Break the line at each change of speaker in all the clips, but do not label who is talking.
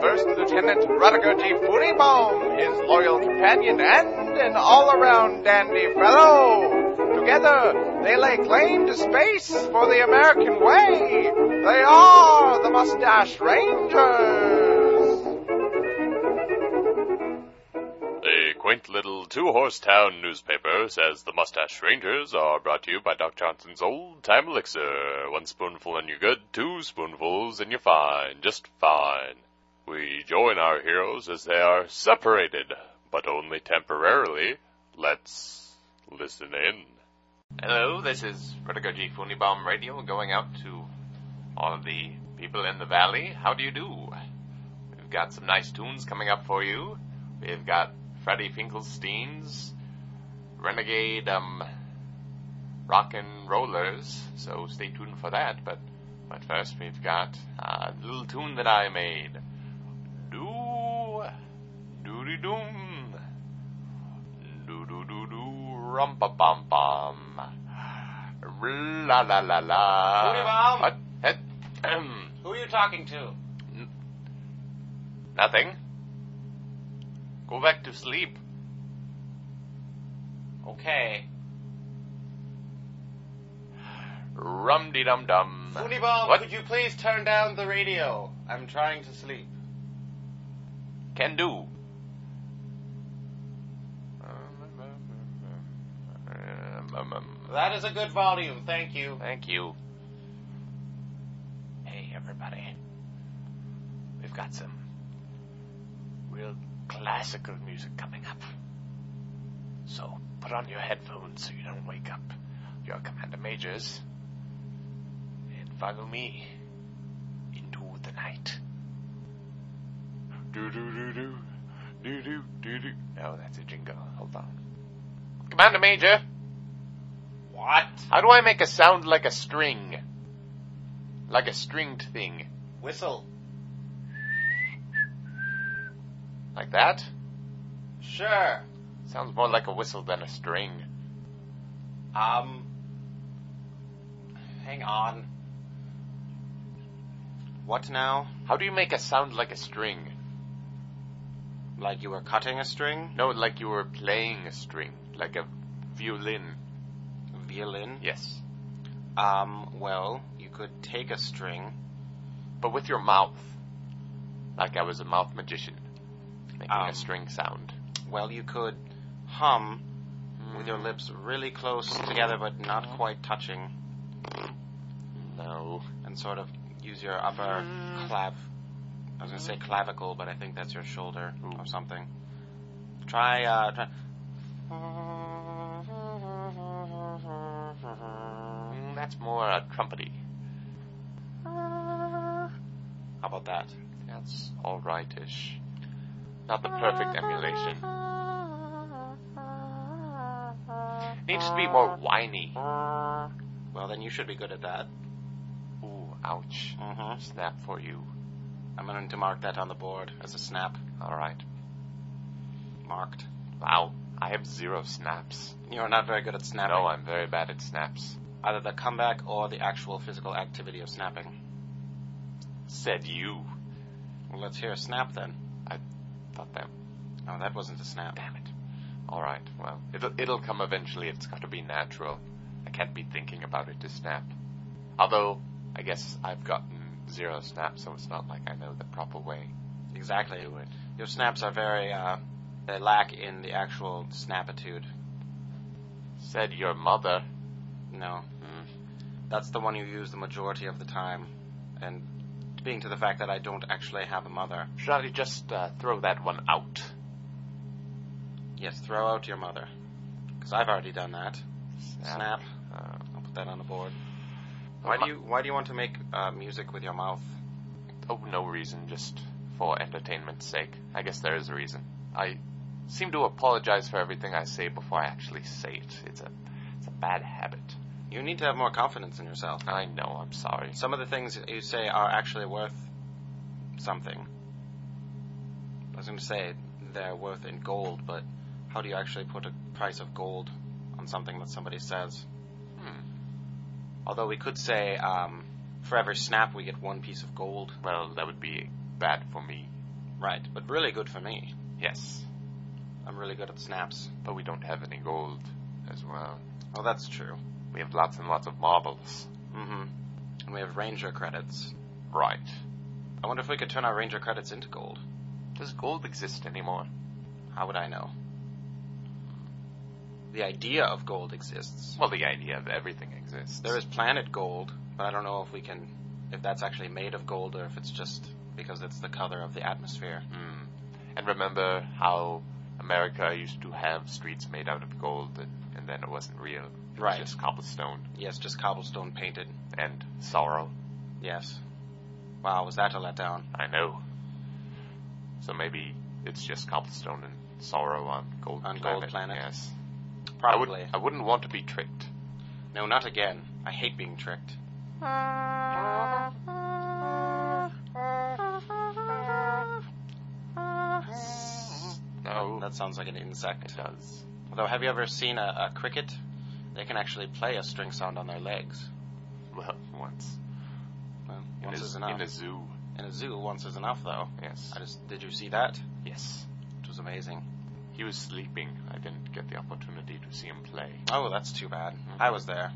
First Lieutenant Rutger G. Funibaum, his loyal companion and an all-around dandy fellow. Together, they lay claim to space for the American way. They are the Mustache Rangers.
The quaint little two horse town newspaper says the Mustache Rangers are brought to you by Doc Johnson's Old Time Elixir. One spoonful and you're good, two spoonfuls and you're fine, just fine. We join our heroes as they are separated, but only temporarily. Let's listen in.
Hello, this is Rutger G. Funibom Radio going out to all of the people in the valley. How do you do? We've got some nice tunes coming up for you. We've got Freddie Finkelstein's Renegade um, Rockin' Rollers, so stay tuned for that. But, but first, we've got uh, a little tune that I made. Do, doody doom, do do do do, rum pa bum bum, la la la la.
Funibom?
What? Eh, ahem.
Who are you talking to?
Nothing. Go back to sleep.
Okay.
Rum de dum dum.
Funibom,
What?
could you please turn down the radio? I'm trying to sleep.
Can do.
That is a good volume, thank you.
Thank you. Hey, everybody. We've got some real classical music coming up. So put on your headphones so you don't wake up your commander majors. And follow me into the night. Do do do do. Do do do do. No, that's a jingle. Hold on. Commander Major!
What?
How do I make a sound like a string? Like a stringed thing.
Whistle.
Like that?
Sure.
Sounds more like a whistle than a string.
Um. Hang on. What now?
How do you make a sound like a string?
Like you were cutting a string?
No, like you were playing a string. Like a violin.
Violin?
Yes.
Um, well, you could take a string.
But with your mouth. Like I was a mouth magician. Making
Um,
a string sound.
Well, you could hum with
Mm,
your lips really close together but not quite touching.
No.
and sort of use your upper clav. I was gonna say clavicle, but I think that's your shoulder or something. Try, uh, try.
Mm, that's more a trumpety.
How about that?
That's alright-ish. Not the perfect emulation. Needs to be more whiny.
Well, then you should be good at that.
Ooh, ouch.
Mm-hmm.
Snap for you.
I'm going to mark that on the board as a snap.
Alright.
Marked.
Wow, I have zero snaps.
You're not very good at snapping.
No, I'm very bad at snaps.
Either the comeback or the actual physical activity of snapping.
Said you.
Well, let's hear a snap then.
Thought that.
No, that wasn't a snap.
Damn it. Alright, well, it'll, it'll come eventually. It's gotta be natural. I can't be thinking about it to snap. Although, I guess I've gotten zero snaps, so it's not like I know the proper way.
Exactly. Your snaps are very, uh, they lack in the actual snapitude.
Said your mother.
No. Mm. That's the one you use the majority of the time. And being to the fact that I don't actually have a mother.
Shall I just uh, throw that one out?
Yes, throw out your mother. Because I've already done that. Snap.
Uh,
I'll put that on the board. Why do you Why do you want to make uh, music with your mouth?
Oh, no reason, just for entertainment's sake. I guess there is a reason. I seem to apologize for everything I say before I actually say it. It's a, it's a bad habit.
You need to have more confidence in yourself.
I know, I'm sorry.
Some of the things that you say are actually worth something. I was going to say they're worth in gold, but how do you actually put a price of gold on something that somebody says?
Hmm.
Although we could say, um, for every snap we get one piece of gold.
Well, that would be bad for me.
Right, but really good for me.
Yes,
I'm really good at snaps.
but we don't have any gold as well.
Oh, that's true.
We have lots and lots of marbles.
Mm-hmm. And we have ranger credits.
Right.
I wonder if we could turn our ranger credits into gold.
Does gold exist anymore?
How would I know? The idea of gold exists.
Well, the idea of everything exists.
There is planet gold, but I don't know if we can, if that's actually made of gold or if it's just because it's the color of the atmosphere.
Hmm. And remember how America used to have streets made out of gold, and, and then it wasn't real. It
Right.
Was just cobblestone
Yes, just cobblestone painted.
and sorrow.
Yes. Wow, was that a letdown?
I know. So maybe it's just cobblestone and sorrow on gold
On
planet.
gold planet.
Yes. I,
Probably.
would, I wouldn't want to be tricked.
No, not again. I hate being tricked.
No.
That sounds like an insect.
It does.
Although, have you ever seen a, a cricket? They can actually play a string sound on their legs.
Well, once.
Well,
In
once
a-
is enough.
In a zoo.
In a zoo, once is enough, though.
Yes.
I just did you see that?
yes.
It was amazing.
He was sleeping. I didn't get the opportunity to see him play.
Oh, that's too bad.
Mhm.
I was there.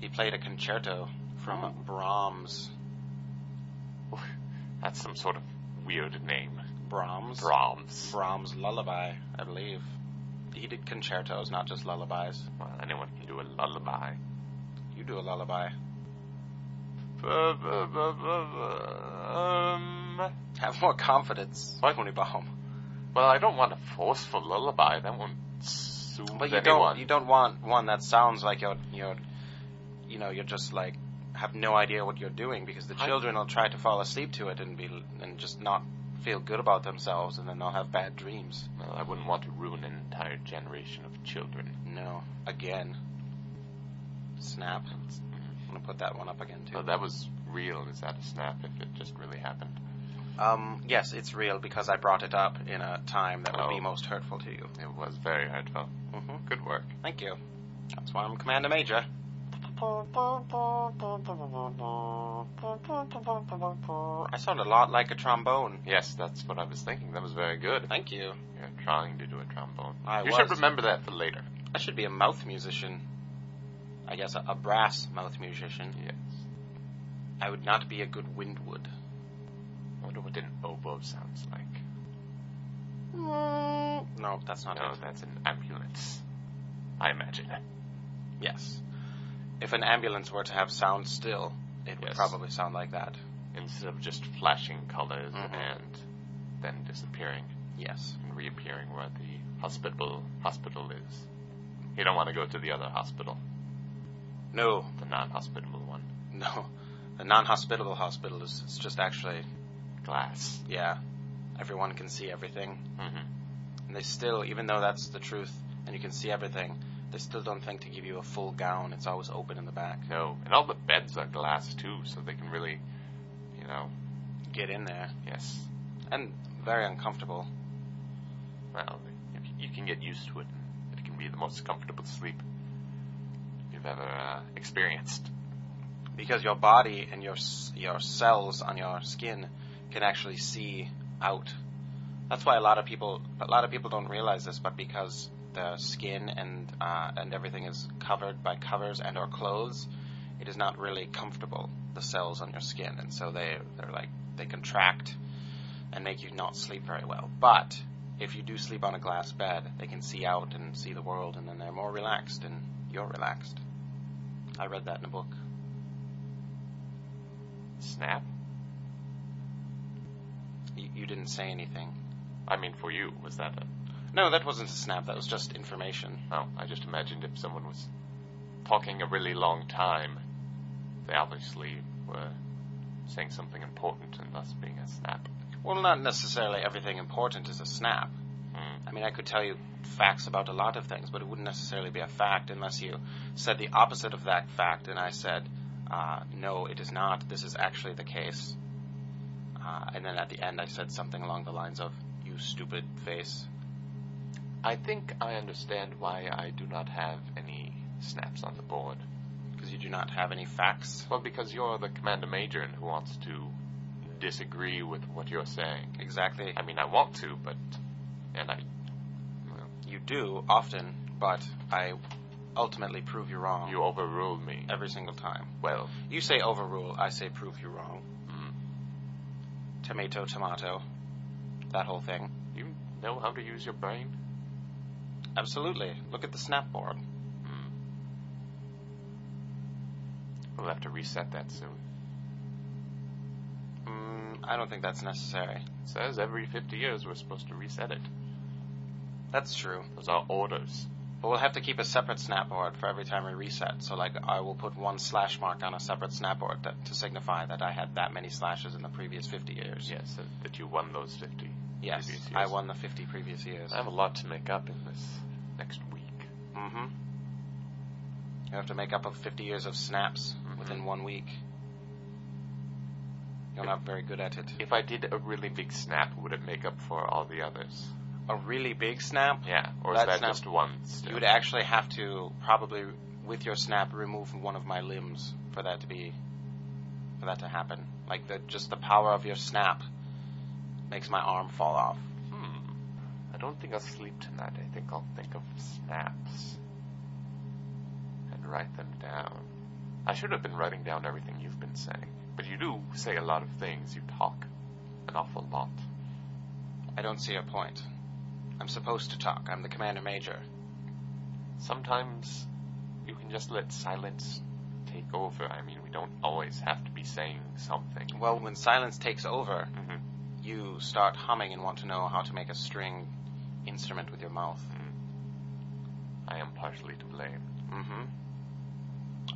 He played a concerto from
Oh.
Brahms.
That's some sort of weird name.
Brahms.
Brahms.
Brahms lullaby, I believe. He did concertos, not just lullabies.
Well, anyone can do a lullaby.
You do a lullaby.
Um,
Have more confidence,
What?
Pony Baum.
well, I don't want a forceful lullaby. That won't soothe
But you
anyone.
don't. You don't want one that sounds like you're, you're, you know, you're just like have no idea what you're doing because the
I-
children will try to fall asleep to it and be and just not feel good about themselves and then they'll have bad dreams.
Well, I wouldn't want to ruin an entire generation of children.
No, again. Snap. I'm gonna put that one up again too.
Well, that was real. Is that a snap? If it just really happened.
Um, yes, it's real because I brought it up in a time that would
Oh.
be most hurtful to you.
It was very hurtful.
hmm
Good work.
Thank you. That's why I'm Commander Major. I sound a lot like a trombone.
Yes, that's what I was thinking. That was very good.
Thank you.
You're trying to do a trombone.
I
you
was.
should remember that for later.
I should be a mouth musician. I guess a, a brass mouth musician.
Yes.
I would not be a good windwood.
I wonder what an oboe sounds like.
No, that's not
no,
it.
Oh, that's an ambulance. I imagine.
Yes. If an ambulance were to have sound still, it would
Yes.
probably sound like that.
Instead of just flashing colors
Mhm.
and then disappearing
Yes.
and reappearing where the hospital hospital is. You don't want to go to the other hospital,
No,
the non-hospitable one.
no. The non-hospitable hospital is it's just actually,
Glass.
yeah, everyone can see everything.
Mm-hmm.
And they still, even though that's the truth and you can see everything, they still don't think to give you a full gown. It's always open in the back.
No, and all the beds are glass too, so they can really, you know,
Get in there.
yes.
And very uncomfortable.
Well, if you can get used to it, and it can be the most comfortable sleep you've ever uh, experienced.
because your body and your s- your cells on your skin can actually see out. That's why a lot of people a lot of people don't realize this, but because the skin and uh, and everything is covered by covers and or clothes, it is not really comfortable. The cells on your skin, and so they they're like they contract and make you not sleep very well. But if you do sleep on a glass bed, they can see out and see the world, and then they're more relaxed, and you're relaxed. I read that in a book.
Snap?
You, you didn't say anything.
I mean, for you, was that a.
No, that wasn't a snap. That was just information.
Oh, I just imagined if someone was talking a really long time, they obviously were saying something important and thus being a snap.
Well, not necessarily everything important is a snap.
Hmm.
I mean, I could tell you facts about a lot of things, but it wouldn't necessarily be a fact unless you said the opposite of that fact, and I said, uh, no, it is not. This is actually the case. Uh, and then at the end, I said something along the lines of, you stupid face.
I think I understand why I do not have any snaps on the board.
Because you do not have any facts.
Well, because you're the commander major and who wants to disagree with what you're saying.
Exactly.
I mean, I want to, but and I
You do often, but I ultimately prove you wrong
you overruled me.
every single time.
Well,
You say overrule, I say prove you wrong.
mm,
Tomato, tomato. That whole thing.
you know how to use your brain.
Absolutely. Look at the snapboard.
Mm. We'll have to reset that soon.
Mm, I don't think that's necessary.
It says every 50 years we're supposed to reset it.
That's true.
Those are orders.
But we'll have to keep a separate snapboard for every time we reset. So, like, I will put one slash mark on a separate snapboard that, to signify that I had that many slashes in the previous 50 years.
Yes, that- that you won those 50.
Yes,
Previous
I
years.
won the 50 previous years.
I have a lot to make up in this next week.
Mm-hmm. You have to make up of 50 years of snaps
Mhm.
within one week. You're not very good at it.
If I did a really big snap, would it make up for all the others?
A really big snap,
Yeah, or
That
is that
snap-
just one? Still?
you would actually have to probably, with your snap, remove one of my limbs for that to be, for that to happen. Like the just the power of your snap makes my arm fall off.
Hmm. I don't think I'll sleep tonight. I think I'll think of snaps and write them down. I should have been writing down everything you've been saying, but you do say a lot of things. You talk an awful lot.
I don't see your point. I'm supposed to talk. I'm the commander major.
Sometimes you can just let silence take over. I mean, we don't always have to be saying something.
Well, when silence takes over,
Mhm.
you start humming and want to know how to make a string instrument with your mouth.
I am partially to blame.
Mm-hmm.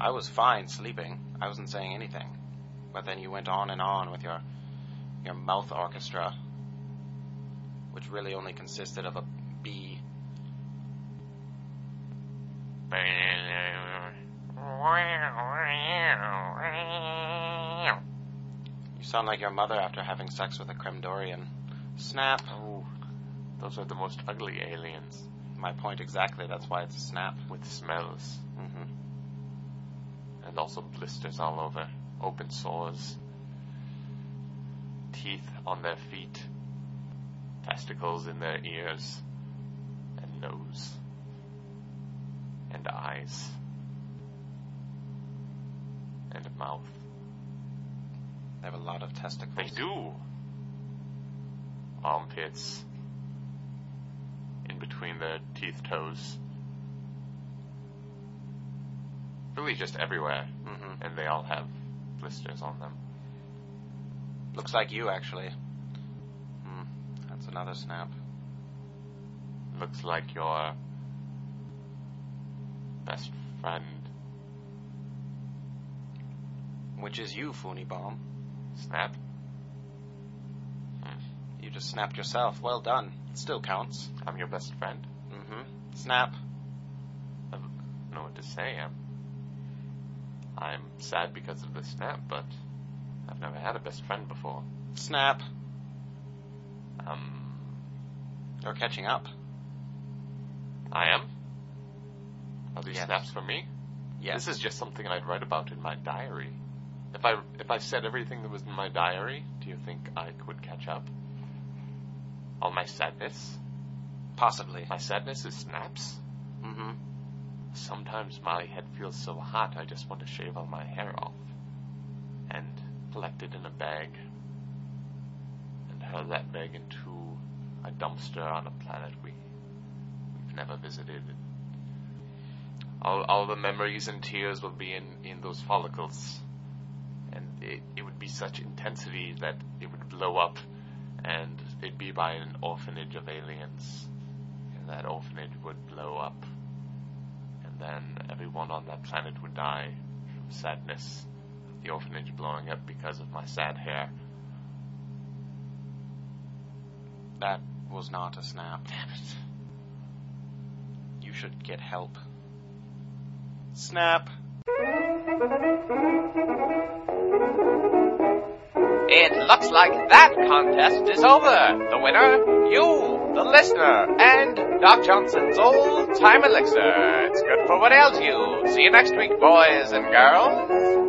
I was fine sleeping. I wasn't saying anything. But then you went on and on with your your mouth orchestra, which really only consisted of a B. You sound like your mother after having sex with a Kremdorian. Snap.
Oh, those are the most ugly aliens
My point exactly. That's why it's a snap.
with smells.
Mm-hmm.
and also blisters all over, open sores, teeth on their feet, testicles in their ears, and nose, and eyes, and mouth.
They have a lot of testicles.
They do! Armpits, in between their teeth toes. Really, just everywhere
Mm-hmm.
and they all have blisters on them.
Looks like you actually. Hmm. That's another snap.
Looks like your best friend
Which is you, Foony Bomb.
snap.
You just snapped yourself. Well done. It still counts.
I'm your best friend.
Mm-hmm. Snap.
I don't know what to say. I'm, I'm sad because of the snap, but I've never had a best friend before.
Snap.
Um,
You're catching up.
I am. Are these
Yes.
snaps for me?
Yes.
This is just something I'd write about in my diary. If I if I said everything that was in my diary, do you think I could catch up? All my sadness.
possibly.
My sadness is snaps.
Mm-hmm.
Sometimes my head feels so hot I just want to shave all my hair off and collect it in a bag and hurl that bag into a dumpster on a planet we, we've never visited. All, all the memories and tears will be in, in those follicles. And it, it would be such intensity that it would blow up and it'd be by an orphanage of aliens. And that orphanage would blow up and then everyone on that planet would die from sadness. The orphanage blowing up because of my sad hair.
That was not a snap.
Damn it.
You should get help. Snap.
It looks like that contest is over. The winner, you, the listener, and Doc Johnson's old time elixir. It's good for what ails you. See you next week, boys and girls.